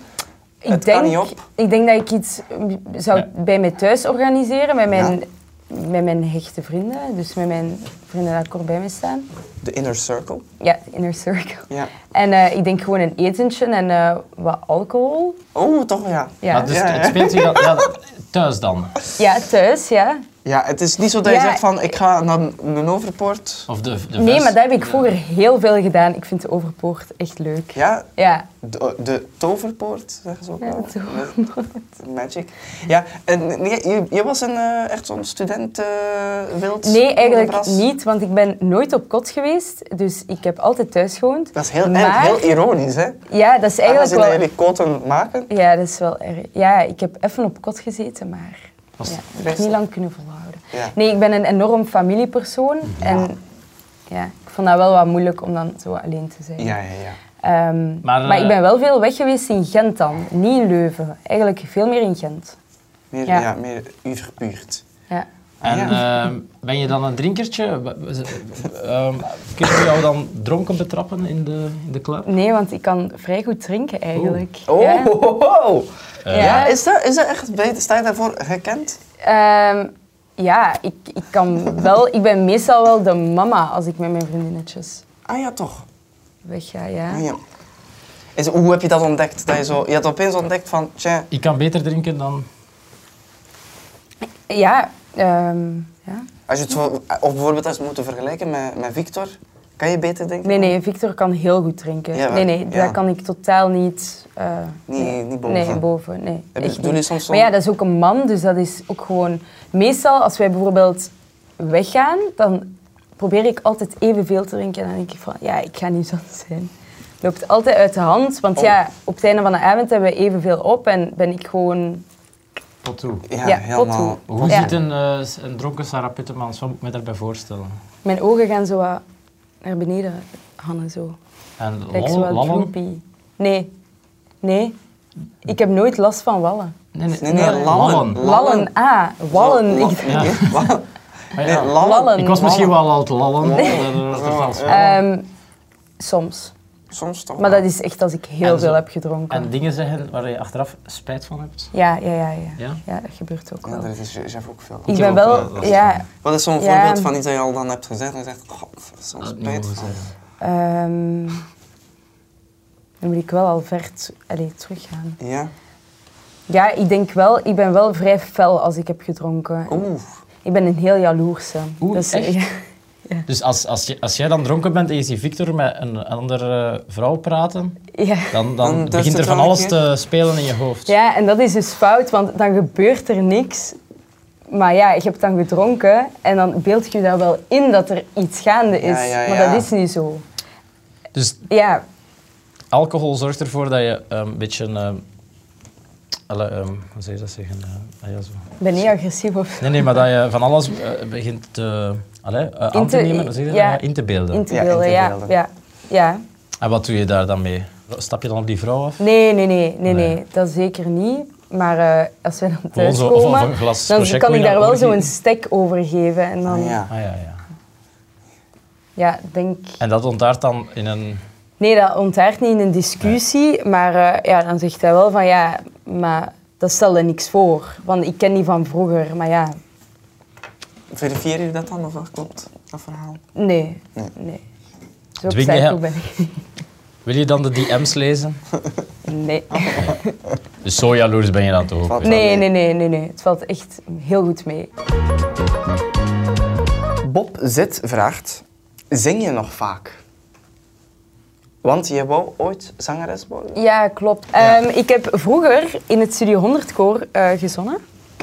[SPEAKER 2] Ik
[SPEAKER 1] het
[SPEAKER 2] denk,
[SPEAKER 1] kan niet op.
[SPEAKER 2] Ik denk dat ik iets mm, zou
[SPEAKER 4] Ja.
[SPEAKER 2] bij mij thuis organiseren, met mijn, met mijn hechte vrienden. Dus met mijn vrienden die kort bij mij staan.
[SPEAKER 1] De inner circle.
[SPEAKER 2] Ja, inner circle.
[SPEAKER 1] Ja.
[SPEAKER 2] En eh, ik denk gewoon een etentje en eh, wat alcohol.
[SPEAKER 1] Oh, toch ja.
[SPEAKER 2] Ja,
[SPEAKER 4] Maar dus
[SPEAKER 1] Ja,
[SPEAKER 4] het
[SPEAKER 1] ja.
[SPEAKER 4] speelt zich dan, ja, thuis dan?
[SPEAKER 2] ja thuis, ja.
[SPEAKER 1] Ja, het is niet zo dat je
[SPEAKER 2] Ja,
[SPEAKER 1] zegt van, ik ga naar een overpoort.
[SPEAKER 4] Of de, de
[SPEAKER 2] Nee,
[SPEAKER 4] vers-
[SPEAKER 2] maar dat heb ik vroeger heel veel gedaan. Ik vind de Overpoort echt leuk.
[SPEAKER 1] Ja,
[SPEAKER 2] Ja,
[SPEAKER 1] de, de toverpoort, zeggen ze ook
[SPEAKER 2] Ja,
[SPEAKER 1] wel.
[SPEAKER 2] de
[SPEAKER 1] De- Magic. Ja, en nee, je, je was een, eh, echt zo'n student eh, wild?
[SPEAKER 2] Nee, eigenlijk
[SPEAKER 1] onderbras.
[SPEAKER 2] niet, want ik ben nooit op kot geweest. Dus ik heb altijd thuis gewoond.
[SPEAKER 1] Dat is heel, en
[SPEAKER 2] Maar-
[SPEAKER 1] heel ironisch, hè?
[SPEAKER 2] Ja, dat is
[SPEAKER 1] Eigenlijk
[SPEAKER 2] eigenlijk
[SPEAKER 1] Aangezien dat
[SPEAKER 2] wel...
[SPEAKER 1] jullie koten maken.
[SPEAKER 2] Ja, dat is wel erg. Ja, ik heb even op kot gezeten, maar
[SPEAKER 4] Was-
[SPEAKER 2] ja, ik heb
[SPEAKER 1] best-
[SPEAKER 2] niet lang kunnen volhouden.
[SPEAKER 1] Ja. Mhm.
[SPEAKER 2] Nee, ik ben een enorm familiepersoon. En ja, ik vond dat wel wat moeilijk om dan zo alleen te zijn.
[SPEAKER 1] Ja, ja, ja.
[SPEAKER 2] Ehm,
[SPEAKER 4] Maar,
[SPEAKER 2] maar
[SPEAKER 4] eh,
[SPEAKER 2] ik ben wel veel weg geweest in Gent dan. Niet in Leuven. Eigenlijk veel meer in Gent.
[SPEAKER 1] Meer, ja.
[SPEAKER 2] Ja.
[SPEAKER 1] meer uw buurt.
[SPEAKER 2] Ja.
[SPEAKER 4] En
[SPEAKER 1] Ja.
[SPEAKER 4] ehm, ben je dan een drinkertje? W- w- z- ehm, Kunnen we jou dan dronken betrappen in de, in de club?
[SPEAKER 2] Nee, want ik kan vrij goed drinken eigenlijk.
[SPEAKER 1] Oh,
[SPEAKER 2] Ja.
[SPEAKER 1] ho, ho, ho.
[SPEAKER 2] Ja.
[SPEAKER 1] Ja, is dat, is dat echt, ben je- sta je daarvoor gekend?
[SPEAKER 2] Ehm, ja, ik, ik kan wel. Ik ben meestal wel de mama als ik met mijn vriendinnetjes
[SPEAKER 1] Ah ja, toch.
[SPEAKER 2] wegga. Ja.
[SPEAKER 1] Ah, ja. Is, hoe heb je dat ontdekt? Dat je, zo, je had opeens ontdekt van, tja,
[SPEAKER 4] Ik kan beter drinken dan...
[SPEAKER 2] Ja, ehm, ja.
[SPEAKER 1] Als je het voor, of bijvoorbeeld als we het moeten vergelijken met, met Victor, kan je beter denken?
[SPEAKER 2] Nee, nee, Victor kan heel goed drinken.
[SPEAKER 1] Ja, maar-
[SPEAKER 2] nee, nee,
[SPEAKER 1] ja.
[SPEAKER 2] daar kan ik totaal niet. eh,
[SPEAKER 1] Niet- niet boven.
[SPEAKER 2] Nee, boven. Nee,
[SPEAKER 1] Heb je-
[SPEAKER 2] echt
[SPEAKER 1] doen
[SPEAKER 2] niet.
[SPEAKER 1] jullie soms
[SPEAKER 2] Maar ja,
[SPEAKER 1] zo'n-
[SPEAKER 2] dat is ook een man, dus dat is ook gewoon. Meestal als wij bijvoorbeeld weggaan, dan probeer ik altijd evenveel te drinken. En dan denk ik van, ja, ik ga niet zo zijn. Het loopt altijd uit de hand,
[SPEAKER 1] Oh.
[SPEAKER 2] want ja, op het einde van de avond hebben we evenveel op en ben ik gewoon...
[SPEAKER 4] Tot toe.
[SPEAKER 1] Ja,
[SPEAKER 2] Ja,
[SPEAKER 1] helemaal.
[SPEAKER 2] pot toe.
[SPEAKER 4] Hoe
[SPEAKER 2] Ja.
[SPEAKER 4] ziet een, eh, s- een dronken Sarah Pittemans? Wat moet ik me daarbij voorstellen?
[SPEAKER 2] Mijn ogen gaan zo wat naar beneden, Hanne, zo.
[SPEAKER 4] En
[SPEAKER 2] Kijk, zo
[SPEAKER 4] lol,
[SPEAKER 2] wat
[SPEAKER 4] lallen?
[SPEAKER 2] droopy. Nee. Nee. Ik heb nooit last van wallen.
[SPEAKER 1] Nee, nee, lallen.
[SPEAKER 2] Lallen, ah, wallen.
[SPEAKER 1] Zo,
[SPEAKER 2] Ik-
[SPEAKER 1] la- Nee, wa-
[SPEAKER 4] Maar
[SPEAKER 1] nee,
[SPEAKER 4] ja,
[SPEAKER 1] lallen.
[SPEAKER 2] Lallen.
[SPEAKER 4] Ik was misschien wel aan het lallen.
[SPEAKER 1] Nee.
[SPEAKER 4] maar dat- dat- dat was-
[SPEAKER 2] Ehm, soms.
[SPEAKER 1] Soms toch
[SPEAKER 2] Maar
[SPEAKER 1] wel.
[SPEAKER 2] dat is echt als ik heel
[SPEAKER 4] En zo-
[SPEAKER 2] veel heb gedronken.
[SPEAKER 4] En dingen zeggen waar je achteraf spijt van hebt.
[SPEAKER 2] Ja, ja, ja, ja.
[SPEAKER 4] Ja?
[SPEAKER 2] ja? dat gebeurt ook
[SPEAKER 1] Ja,
[SPEAKER 2] wel.
[SPEAKER 1] dat is, is even ook veel.
[SPEAKER 2] Ik
[SPEAKER 4] heb
[SPEAKER 2] ben
[SPEAKER 4] ook wel
[SPEAKER 2] wel,
[SPEAKER 4] last
[SPEAKER 2] ja,
[SPEAKER 1] Wat is zo'n
[SPEAKER 2] Ja.
[SPEAKER 1] voorbeeld van iets dat je al dan hebt gezegd en je zegt, god, zo'n
[SPEAKER 4] Dat
[SPEAKER 1] spijt.
[SPEAKER 4] mogen
[SPEAKER 1] van."
[SPEAKER 4] zeggen.
[SPEAKER 2] ehm, dan moet ik wel al ver t- allee, teruggaan.
[SPEAKER 1] Ja,
[SPEAKER 2] Ja, ik denk wel, ik ben wel vrij fel als ik heb gedronken.
[SPEAKER 1] oeh.
[SPEAKER 2] Ik ben een heel jaloerse.
[SPEAKER 4] Oeh, echt?
[SPEAKER 2] ja.
[SPEAKER 4] Dus als, als, je, als jij dan dronken bent en je ziet Victor met een andere vrouw praten,
[SPEAKER 2] ja.
[SPEAKER 4] dan, dan,
[SPEAKER 1] Dan durft
[SPEAKER 4] begint er
[SPEAKER 1] het
[SPEAKER 4] van
[SPEAKER 1] wel een
[SPEAKER 4] alles
[SPEAKER 1] keer.
[SPEAKER 4] te spelen in je hoofd.
[SPEAKER 2] Ja, en dat is dus fout, want dan gebeurt er niks. Maar ja, je hebt dan gedronken en dan beeld je daar wel in dat er iets gaande is.
[SPEAKER 1] Ja, ja,
[SPEAKER 2] Maar
[SPEAKER 1] ja.
[SPEAKER 2] dat is niet zo.
[SPEAKER 4] Dus
[SPEAKER 2] Ja,
[SPEAKER 4] alcohol zorgt ervoor dat je ehm, een beetje... ehm, alle, ehm, hoe zou je dat zeggen? Eh, ah ja, zo.
[SPEAKER 2] ik ben niet agressief of
[SPEAKER 4] Nee, nee, maar dat je van alles eh, begint te, allee, eh, aan
[SPEAKER 2] In
[SPEAKER 4] te,
[SPEAKER 2] te-
[SPEAKER 4] nemen, hoe zeg je dat?
[SPEAKER 2] ja.
[SPEAKER 4] Ja, in te beelden.
[SPEAKER 2] in te
[SPEAKER 1] Ja, in te
[SPEAKER 2] beelden. Ja,
[SPEAKER 1] beelden.
[SPEAKER 2] ja, ja.
[SPEAKER 4] En wat doe je daar dan mee? Stap je dan op die vrouw af?
[SPEAKER 2] Nee, nee, nee, nee,
[SPEAKER 4] Nee.
[SPEAKER 2] nee, dat zeker niet. Maar eh, als we dan
[SPEAKER 4] Gewoon
[SPEAKER 2] thuis
[SPEAKER 4] zo- of
[SPEAKER 2] komen,
[SPEAKER 4] een glas
[SPEAKER 2] dan
[SPEAKER 4] prosecco
[SPEAKER 2] kan
[SPEAKER 4] in
[SPEAKER 2] ik daar
[SPEAKER 4] haar
[SPEAKER 2] wel
[SPEAKER 4] oor
[SPEAKER 2] zo'n
[SPEAKER 4] gieten.
[SPEAKER 2] stek over geven. En dan,
[SPEAKER 1] Ah,
[SPEAKER 2] ja.
[SPEAKER 1] ja.
[SPEAKER 4] Ah ja, ja.
[SPEAKER 2] denk...
[SPEAKER 4] En dat ontaart dan in een...
[SPEAKER 2] Nee, dat ontaart niet in een discussie. Maar eh, ja, dan zegt hij wel van ja, maar dat stelde niks voor. Want ik ken die van vroeger, maar ja,
[SPEAKER 1] Verifieer je dat dan of dat klopt, dat verhaal?
[SPEAKER 2] nee.
[SPEAKER 1] Nee.
[SPEAKER 2] nee. Zo
[SPEAKER 4] Dwing je
[SPEAKER 2] psycho
[SPEAKER 4] hem?
[SPEAKER 2] ben ik. niet.
[SPEAKER 4] Wil je dan de DM's lezen?
[SPEAKER 2] Nee.
[SPEAKER 4] Dus zo jaloers ben je dan toch ook?
[SPEAKER 1] Wat?
[SPEAKER 4] weer?
[SPEAKER 2] Nee, nee, nee, nee, nee. Het valt echt heel goed mee.
[SPEAKER 1] Bob Zit vraagt, zing je nog vaak? Want je wou ooit zangeres worden?
[SPEAKER 2] Ja, klopt. Ehm, ik heb vroeger in het Studio 100 koor eh, gezongen.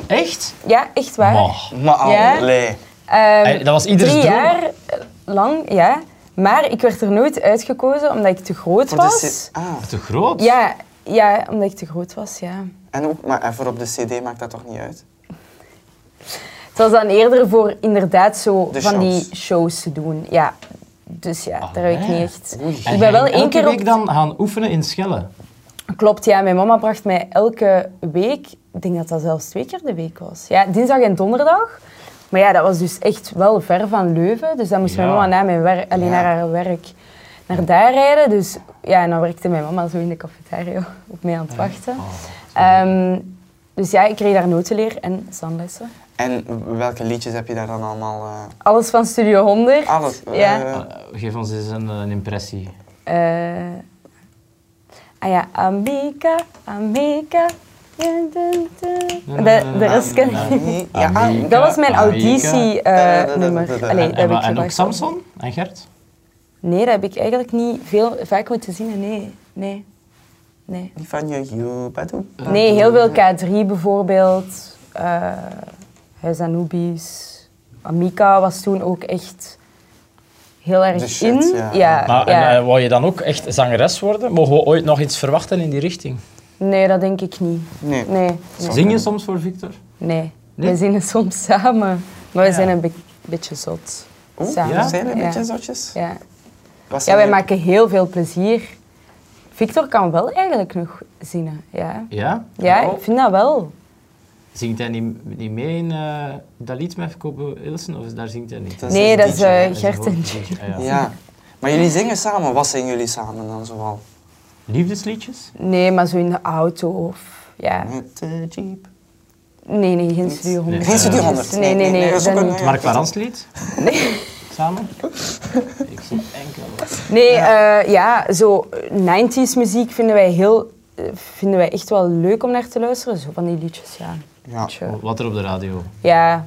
[SPEAKER 4] Echt?
[SPEAKER 2] Ja, echt waar.
[SPEAKER 4] Oh.
[SPEAKER 1] Maar
[SPEAKER 2] Ja.
[SPEAKER 1] allee.
[SPEAKER 2] Ehm,
[SPEAKER 4] Hey, dat was ieders
[SPEAKER 2] drie
[SPEAKER 4] droom.
[SPEAKER 2] jaar eh, lang, ja. Maar ik werd er nooit uitgekozen omdat ik te groot
[SPEAKER 1] Voor de
[SPEAKER 2] was.
[SPEAKER 1] C- ah,
[SPEAKER 4] Te groot?
[SPEAKER 2] Ja, ja, omdat ik te groot was, ja.
[SPEAKER 1] en ook, maar en voor op de cd maakt dat toch niet uit?
[SPEAKER 2] Het was dan eerder voor inderdaad zo
[SPEAKER 1] De
[SPEAKER 2] van
[SPEAKER 1] shows.
[SPEAKER 2] die shows te doen, ja. Dus ja, daar heb ik
[SPEAKER 4] Allee.
[SPEAKER 2] niet echt...
[SPEAKER 1] Oei.
[SPEAKER 4] En
[SPEAKER 2] Ik ben
[SPEAKER 4] jij
[SPEAKER 2] wel één
[SPEAKER 4] elke
[SPEAKER 2] keer op...
[SPEAKER 4] week dan gaan oefenen in Schellen.
[SPEAKER 2] Klopt, ja. Mijn mama bracht mij elke week... Ik denk dat dat zelfs twee keer de week was. Ja, dinsdag en donderdag. Maar ja, dat was dus echt wel ver van Leuven. Dus dan moest mijn
[SPEAKER 4] Ja.
[SPEAKER 2] mama na mijn werk, alleen
[SPEAKER 1] Ja.
[SPEAKER 2] naar haar werk naar daar rijden. Dus ja, en dan werkte mijn mama zo in de cafetaria op mij aan het wachten.
[SPEAKER 1] Oh,
[SPEAKER 2] Ehm, dus ja, ik kreeg daar notenleer en zanglessen.
[SPEAKER 1] En welke liedjes heb je daar dan allemaal? eh,
[SPEAKER 2] Alles van Studio 100.
[SPEAKER 1] alles.
[SPEAKER 2] Ja.
[SPEAKER 1] eh,
[SPEAKER 4] Eh, geef ons eens een, een impressie.
[SPEAKER 2] Eh, ah ja, Amika, Amika. dun, dun, dun. De, de rest ken ik.
[SPEAKER 1] nee, ja, ah,
[SPEAKER 4] Amika.
[SPEAKER 2] Dat was mijn
[SPEAKER 4] Amika.
[SPEAKER 2] auditienummer.
[SPEAKER 1] Eh,
[SPEAKER 2] Allee, dat heb ik
[SPEAKER 4] en, wa- en ook
[SPEAKER 2] gemaakt.
[SPEAKER 4] Samson en Gert?
[SPEAKER 2] Nee, dat heb ik eigenlijk niet veel vaak moeten zien. Nee, nee, nee.
[SPEAKER 1] die van je you Badoe.
[SPEAKER 2] Nee, heel veel K3 bijvoorbeeld. eh Huis Anubis. Amika was toen ook echt heel
[SPEAKER 1] De
[SPEAKER 2] erg
[SPEAKER 1] shit,
[SPEAKER 2] in.
[SPEAKER 1] ja.
[SPEAKER 4] Maar,
[SPEAKER 2] ja.
[SPEAKER 4] En eh, wou je dan ook echt zangeres worden? Mogen we ooit nog iets verwachten in die richting?
[SPEAKER 2] Nee, dat denk ik niet.
[SPEAKER 1] Nee.
[SPEAKER 2] Nee, nee.
[SPEAKER 4] Zing je soms voor Victor?
[SPEAKER 2] Nee.
[SPEAKER 4] Nee?
[SPEAKER 2] We zingen soms samen, maar we
[SPEAKER 4] Ja.
[SPEAKER 2] zijn een be- beetje zot.
[SPEAKER 1] Oeh,
[SPEAKER 2] Samen.
[SPEAKER 4] ja?
[SPEAKER 1] Zijn Oh, we een
[SPEAKER 2] Ja.
[SPEAKER 1] beetje zotjes?
[SPEAKER 2] Ja.
[SPEAKER 1] Was
[SPEAKER 2] ja,
[SPEAKER 1] er
[SPEAKER 2] wij
[SPEAKER 1] een-
[SPEAKER 2] maken heel veel plezier. Victor kan wel eigenlijk nog zingen. Ja,
[SPEAKER 4] Ja?
[SPEAKER 2] ja
[SPEAKER 4] Oh.
[SPEAKER 2] ik vind dat wel.
[SPEAKER 4] Zingt hij niet, niet mee in eh, dat lied met Kobe Ilsen? Of is- daar zingt hij niet?
[SPEAKER 1] Dat is
[SPEAKER 2] Nee,
[SPEAKER 1] een
[SPEAKER 2] dat is
[SPEAKER 1] DJ,
[SPEAKER 2] eh,
[SPEAKER 4] Dat is
[SPEAKER 2] Gert en
[SPEAKER 4] gewoon- Ah, ja.
[SPEAKER 1] Ja. Maar jullie zingen samen. Wat zingen jullie samen dan zoal?
[SPEAKER 4] Liefdesliedjes?
[SPEAKER 2] Nee, maar zo in de auto of... Ja.
[SPEAKER 1] Met de jeep.
[SPEAKER 2] Nee, nee, geen Studio 100.
[SPEAKER 1] Geen Studio
[SPEAKER 4] Eh,
[SPEAKER 1] 100.
[SPEAKER 2] Nee, nee, nee.
[SPEAKER 1] dat is
[SPEAKER 2] dat
[SPEAKER 1] ook een-
[SPEAKER 2] niet.
[SPEAKER 1] ja.
[SPEAKER 4] Mark Laranslied? Nee. Samen? Ik zie enkel.
[SPEAKER 2] Nee, ja, ja zo eh, 90s muziek vinden wij, heel, eh, vinden wij echt wel leuk om naar te luisteren. Zo van die liedjes, ja.
[SPEAKER 1] Ja.
[SPEAKER 2] Tje.
[SPEAKER 4] Wat er op de radio.
[SPEAKER 2] Ja.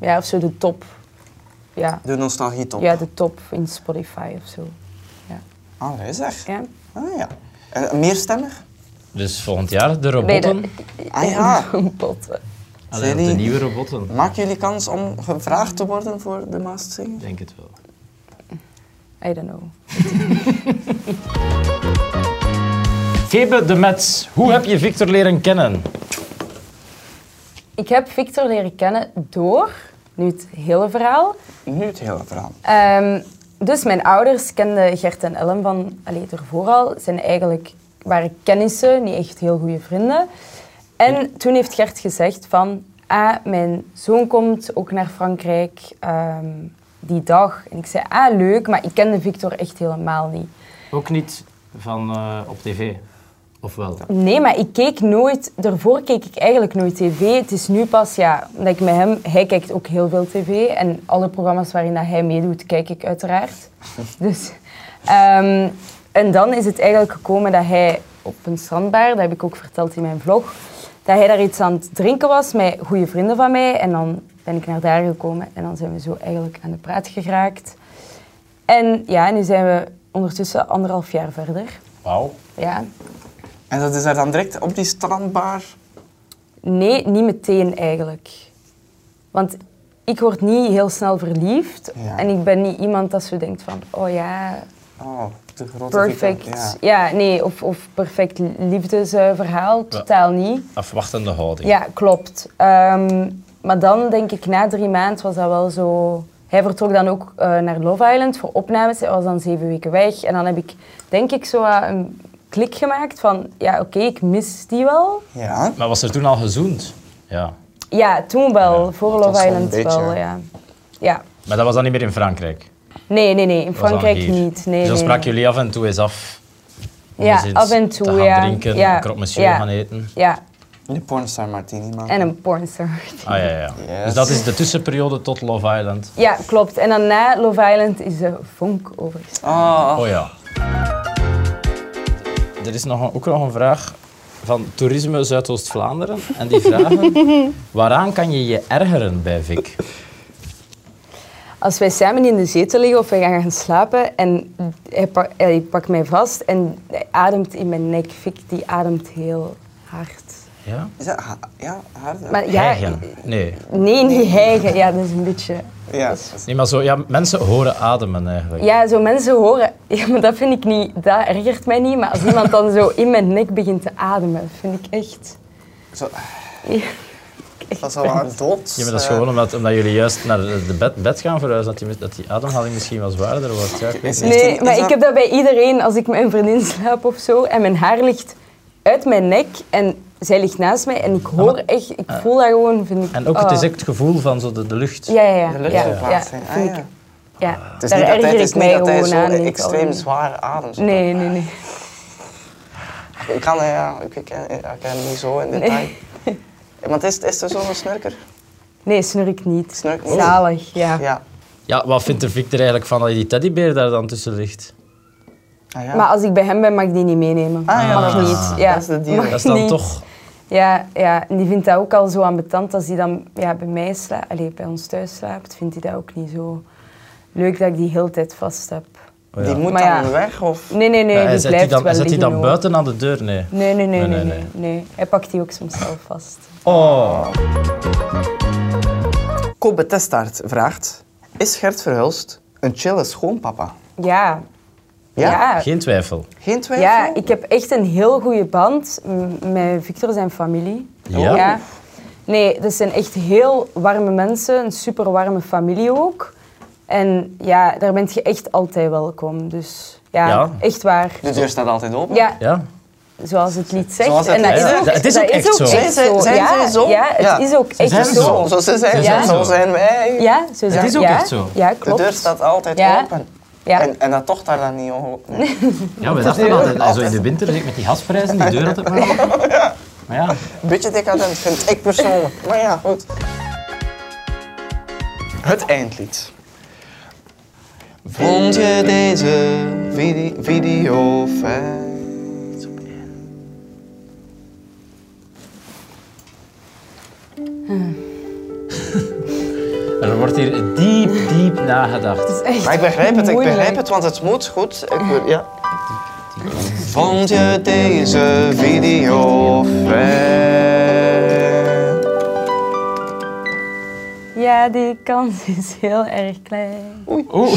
[SPEAKER 2] ja, of zo de top. Ja.
[SPEAKER 1] De nostalgie top.
[SPEAKER 2] Ja, de top in Spotify of zo. Ja.
[SPEAKER 1] Allee, zeg.
[SPEAKER 2] ja.
[SPEAKER 1] Ah ja. En meerstemmig?
[SPEAKER 4] Dus volgend jaar de
[SPEAKER 2] Nee,
[SPEAKER 4] robotten.
[SPEAKER 2] dat-
[SPEAKER 1] Ah ja.
[SPEAKER 2] Een pot.
[SPEAKER 4] Allee,
[SPEAKER 1] Zijn
[SPEAKER 4] de
[SPEAKER 1] die-
[SPEAKER 4] nieuwe robotten.
[SPEAKER 1] Maken jullie kans om gevraagd te worden voor de Maast Singer?
[SPEAKER 4] Ik denk het wel.
[SPEAKER 2] I don't know.
[SPEAKER 4] Gebe de Mets, hoe heb je Victor leren kennen?
[SPEAKER 2] Ik heb Victor leren kennen door, nu het hele verhaal.
[SPEAKER 1] Nu het hele verhaal.
[SPEAKER 2] Ehm, dus mijn ouders kenden Gert en Ellen van, allee, ervoor al. Zijn eigenlijk, waren kennissen, niet echt heel goede vrienden. En toen heeft Gert gezegd van, ah, mijn zoon komt ook naar Frankrijk ehm, die dag. En ik zei, ah, leuk, maar ik kende Victor echt helemaal niet.
[SPEAKER 4] Ook niet van eh, op tv, of wel?
[SPEAKER 2] Nee, maar ik keek nooit... Daarvoor keek ik eigenlijk nooit tv. Het is nu pas, ja, omdat ik met hem... Hij kijkt ook heel veel tv. En alle programma's waarin dat hij meedoet, kijk ik uiteraard. Dus... ehm, en dan is het eigenlijk gekomen dat hij op een strandbar, dat heb ik ook verteld in mijn vlog, dat hij daar iets aan het drinken was met goede vrienden van mij. En dan ben ik naar daar gekomen en dan zijn we zo eigenlijk aan de praat geraakt. En ja, nu zijn we ondertussen anderhalf jaar verder.
[SPEAKER 4] Wauw.
[SPEAKER 2] Ja,
[SPEAKER 1] En dat is daar dan direct op die strandbar.
[SPEAKER 2] Nee, niet meteen eigenlijk. Want ik word niet heel snel verliefd.
[SPEAKER 1] Ja.
[SPEAKER 2] En ik ben niet iemand dat zo denkt van, oh ja,
[SPEAKER 1] Oh, de grote
[SPEAKER 2] perfect.
[SPEAKER 1] Victor, ja.
[SPEAKER 2] Ja, nee, of, of perfect liefdesverhaal, totaal niet.
[SPEAKER 4] Afwachtende houding.
[SPEAKER 2] Ja, klopt. Ehm, maar dan denk ik, na drie maanden was dat wel zo... Hij vertrok dan ook eh, naar Love Island voor opnames. Hij was dan zeven weken weg. En dan heb ik, denk ik, zo wat een klik gemaakt van... Ja, oké, ik mis die wel.
[SPEAKER 1] Ja.
[SPEAKER 4] Maar was er toen al gezoend? Ja.
[SPEAKER 2] Ja, toen wel. voor
[SPEAKER 1] was
[SPEAKER 2] Love
[SPEAKER 1] wel
[SPEAKER 2] Island
[SPEAKER 1] een beetje,
[SPEAKER 2] wel,
[SPEAKER 1] hè?
[SPEAKER 2] ja. Ja.
[SPEAKER 4] Maar dat was dan niet meer in Frankrijk?
[SPEAKER 2] Nee, nee, nee. In
[SPEAKER 4] Dat was dan
[SPEAKER 2] Frankrijk
[SPEAKER 4] hier.
[SPEAKER 2] niet. Nee,
[SPEAKER 4] dus dan
[SPEAKER 2] nee.
[SPEAKER 4] spraken jullie af en toe eens af. om
[SPEAKER 2] Ja,
[SPEAKER 4] eens eens
[SPEAKER 2] af en
[SPEAKER 4] te
[SPEAKER 2] toe,
[SPEAKER 4] gaan
[SPEAKER 2] ja.
[SPEAKER 4] drinken,
[SPEAKER 2] Ja,
[SPEAKER 4] een croque monsieur
[SPEAKER 2] ja.
[SPEAKER 4] gaan eten.
[SPEAKER 2] Ja,
[SPEAKER 1] De pornstar martini maken.
[SPEAKER 2] en een pornstar.
[SPEAKER 4] Ah ja, ja.
[SPEAKER 1] Yes.
[SPEAKER 4] Dus dat is de tussenperiode tot Love Island.
[SPEAKER 2] Ja, klopt. En dan na Love Island is de vonk overigens.
[SPEAKER 1] Oh,
[SPEAKER 4] Oh ja. Er is nog een- ook nog een vraag van Toerisme Zuidoost-Vlaanderen. En die vragen: waaraan kan je je ergeren bij Vic?
[SPEAKER 2] Als wij samen in de zetel liggen of wij gaan gaan slapen en hij, pa- hij pakt mij vast en hij ademt in mijn nek. Fik, die ademt heel hard.
[SPEAKER 4] Ja?
[SPEAKER 1] is dat ha- ja, haar? Ja.
[SPEAKER 2] Maar ja,
[SPEAKER 4] Hijgen. Nee.
[SPEAKER 2] nee, niet hijgen. Ja, dat is een beetje...
[SPEAKER 1] Ja.
[SPEAKER 4] Nee, maar zo, ja, mensen horen ademen eigenlijk.
[SPEAKER 2] Ja, zo mensen horen... Ja, maar dat vind ik niet... Dat ergert mij niet. Maar als iemand dan zo in mijn nek begint te ademen, vind ik echt...
[SPEAKER 1] Zo,
[SPEAKER 2] Ja.
[SPEAKER 1] dat is wel eh. een dood.
[SPEAKER 4] Ja, maar dat is dus gewoon omdat, omdat jullie juist naar de bed, bed gaan verhuizen, dat die, dat die ademhaling misschien wat zwaarder wordt. Ja, ik weet niet.
[SPEAKER 1] Is
[SPEAKER 2] Nee,
[SPEAKER 1] dat- is
[SPEAKER 2] maar
[SPEAKER 1] dat-
[SPEAKER 2] ik heb dat bij iedereen als ik met een vriendin slaap of zo. En mijn haar ligt uit mijn nek en zij ligt naast mij. En ik
[SPEAKER 1] Ah,
[SPEAKER 2] hoor echt, ik voel dat gewoon, vind ik.
[SPEAKER 4] En ook het
[SPEAKER 2] oh.
[SPEAKER 4] is echt het gevoel van zo de, de lucht.
[SPEAKER 2] Ja, ja, ja.
[SPEAKER 1] De
[SPEAKER 2] ja,
[SPEAKER 1] lucht
[SPEAKER 2] ja, ja,
[SPEAKER 1] verplaatsen. Ah,
[SPEAKER 2] vind
[SPEAKER 1] ja.
[SPEAKER 2] ik. Ja,
[SPEAKER 1] Het is
[SPEAKER 2] daar
[SPEAKER 1] niet dat hij,
[SPEAKER 2] erger
[SPEAKER 1] het is
[SPEAKER 2] ik
[SPEAKER 1] niet
[SPEAKER 2] mij
[SPEAKER 1] dat hij
[SPEAKER 2] gewoon
[SPEAKER 1] zo
[SPEAKER 2] aan. denk ik
[SPEAKER 1] extreem
[SPEAKER 2] al.
[SPEAKER 1] zware adem zit.
[SPEAKER 2] Nee, nee, nee.
[SPEAKER 1] Ik kan, eh, ja, ik, ik, ken, ik ken hem niet zo in detail. Ja, Maar het is, is er zo'n snurker?
[SPEAKER 2] Nee, snurk niet.
[SPEAKER 1] Snurk niet.
[SPEAKER 2] Zalig, ja.
[SPEAKER 1] Ja.
[SPEAKER 4] Ja, wat vindt de Victor eigenlijk van dat die teddybeer daar dan tussen ligt?
[SPEAKER 1] Ah, ja.
[SPEAKER 2] Maar als ik bij hem ben, mag ik die niet meenemen.
[SPEAKER 1] Ah, ja,
[SPEAKER 2] mag
[SPEAKER 1] dat is-
[SPEAKER 2] niet. Ja.
[SPEAKER 1] dat is de deal.
[SPEAKER 2] Mag
[SPEAKER 4] Dat is dan
[SPEAKER 2] niet.
[SPEAKER 4] toch...
[SPEAKER 2] Ja, ja, en die vindt dat ook al zo ambetant als die dan ja, bij mij slaapt, allee, bij ons thuis slaapt, vindt hij dat ook niet zo leuk dat ik die heel de tijd vast heb.
[SPEAKER 4] Oh ja.
[SPEAKER 1] Die moet dan
[SPEAKER 2] Maar ja.
[SPEAKER 1] weg of...
[SPEAKER 2] Nee, nee, nee,
[SPEAKER 4] Ja, en
[SPEAKER 2] die
[SPEAKER 4] zet die
[SPEAKER 2] blijft
[SPEAKER 4] dan,
[SPEAKER 2] wel
[SPEAKER 4] zet die
[SPEAKER 2] liggen.
[SPEAKER 4] dan
[SPEAKER 2] hoor.
[SPEAKER 4] buiten aan de deur? Nee.
[SPEAKER 2] Nee nee nee,
[SPEAKER 4] Nee,
[SPEAKER 2] nee,
[SPEAKER 4] nee,
[SPEAKER 2] nee, nee, Hij pakt die ook soms zelf vast.
[SPEAKER 4] Oh.
[SPEAKER 1] Kobe Testaert vraagt... Is Gert Verhulst een chille schoonpapa?
[SPEAKER 2] Ja.
[SPEAKER 1] Ja?
[SPEAKER 2] Ja.
[SPEAKER 4] Geen twijfel.
[SPEAKER 1] Geen twijfel?
[SPEAKER 2] Ja, ik heb echt een heel goede band m- met Victor zijn familie.
[SPEAKER 4] Ja?
[SPEAKER 2] Nee, dat zijn echt heel warme mensen, een super warme familie ook. En ja, daar ben je echt altijd welkom. Dus ja,
[SPEAKER 4] Ja.
[SPEAKER 2] echt waar.
[SPEAKER 1] De deur staat altijd open.
[SPEAKER 2] Ja,
[SPEAKER 4] Ja.
[SPEAKER 2] zoals het lied zegt.
[SPEAKER 1] Zoals het
[SPEAKER 2] en dat
[SPEAKER 1] lied
[SPEAKER 2] is
[SPEAKER 1] zegt.
[SPEAKER 2] ook,
[SPEAKER 4] Ja, het is
[SPEAKER 2] dat
[SPEAKER 4] ook echt zo.
[SPEAKER 1] Zijn zij- zijn
[SPEAKER 2] ja,
[SPEAKER 1] zij zo?
[SPEAKER 2] Ja, het
[SPEAKER 1] Ja.
[SPEAKER 2] is ook echt
[SPEAKER 4] zijn
[SPEAKER 1] Zo, zo, ze zijn,
[SPEAKER 2] Ja.
[SPEAKER 1] zo zijn wij.
[SPEAKER 2] Ja, zo zijn-
[SPEAKER 4] is ook
[SPEAKER 2] ja,
[SPEAKER 4] echt zo.
[SPEAKER 2] Ja,
[SPEAKER 1] De
[SPEAKER 2] klopt.
[SPEAKER 1] deur staat altijd
[SPEAKER 2] Ja.
[SPEAKER 1] open.
[SPEAKER 2] Ja.
[SPEAKER 1] En, en dat tocht daar dan niet ongelooflijk. Nee.
[SPEAKER 4] Ja, we dachten altijd, zo in de winter zeker met die gasprijzen, die deur altijd maar open. Maar ja,
[SPEAKER 1] Beetje decadent vind ik persoonlijk. Maar ja, goed. Het eindlied. Vond je deze vide- video fijn?
[SPEAKER 4] er wordt hier diep, diep nagedacht.
[SPEAKER 2] Het is echt
[SPEAKER 1] Maar ik begrijp het, ik begrijp
[SPEAKER 2] moeilijk.
[SPEAKER 1] het, want het moet goed. Ik, wil- ja. Vond je deze video fijn?
[SPEAKER 2] Ja, die kans is heel erg klein.
[SPEAKER 4] Oeh,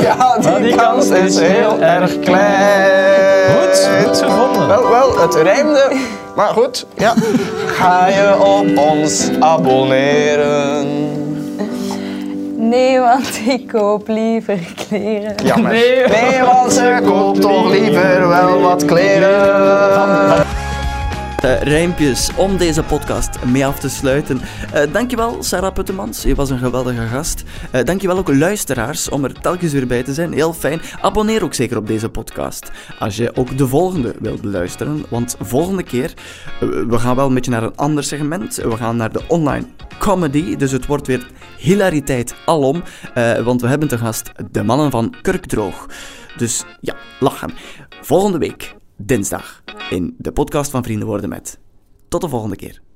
[SPEAKER 1] Ja, die,
[SPEAKER 4] Maar die
[SPEAKER 1] kans
[SPEAKER 4] kans
[SPEAKER 1] is
[SPEAKER 4] is
[SPEAKER 1] heel
[SPEAKER 4] heel
[SPEAKER 1] erg klein.
[SPEAKER 4] Goed, goed gevonden.
[SPEAKER 1] Wel, wel, het rijmde. Maar goed, ja. Ga je op ons abonneren?
[SPEAKER 2] Nee, want ik koop liever kleren.
[SPEAKER 1] Jammer.
[SPEAKER 4] Nee.
[SPEAKER 1] nee want ze koopt toch liever wel wat kleren.
[SPEAKER 3] Eh, rijmpjes om deze podcast mee af te sluiten. Eh, dankjewel, Sarah Puttemans. Je was een geweldige gast. Eh dankjewel ook luisteraars om er telkens weer bij te zijn. Heel fijn. Abonneer ook zeker op deze podcast. Als je ook de volgende wilt luisteren. Want volgende keer, eh, we gaan wel een beetje naar een ander segment. We gaan naar de online comedy. Dus het wordt weer hilariteit alom. eh, want we hebben te gast de mannen van Kurkdroog. Dus ja, lachen. Volgende week, dinsdag, in de podcast van Vrienden Worden Met. Tot de volgende keer.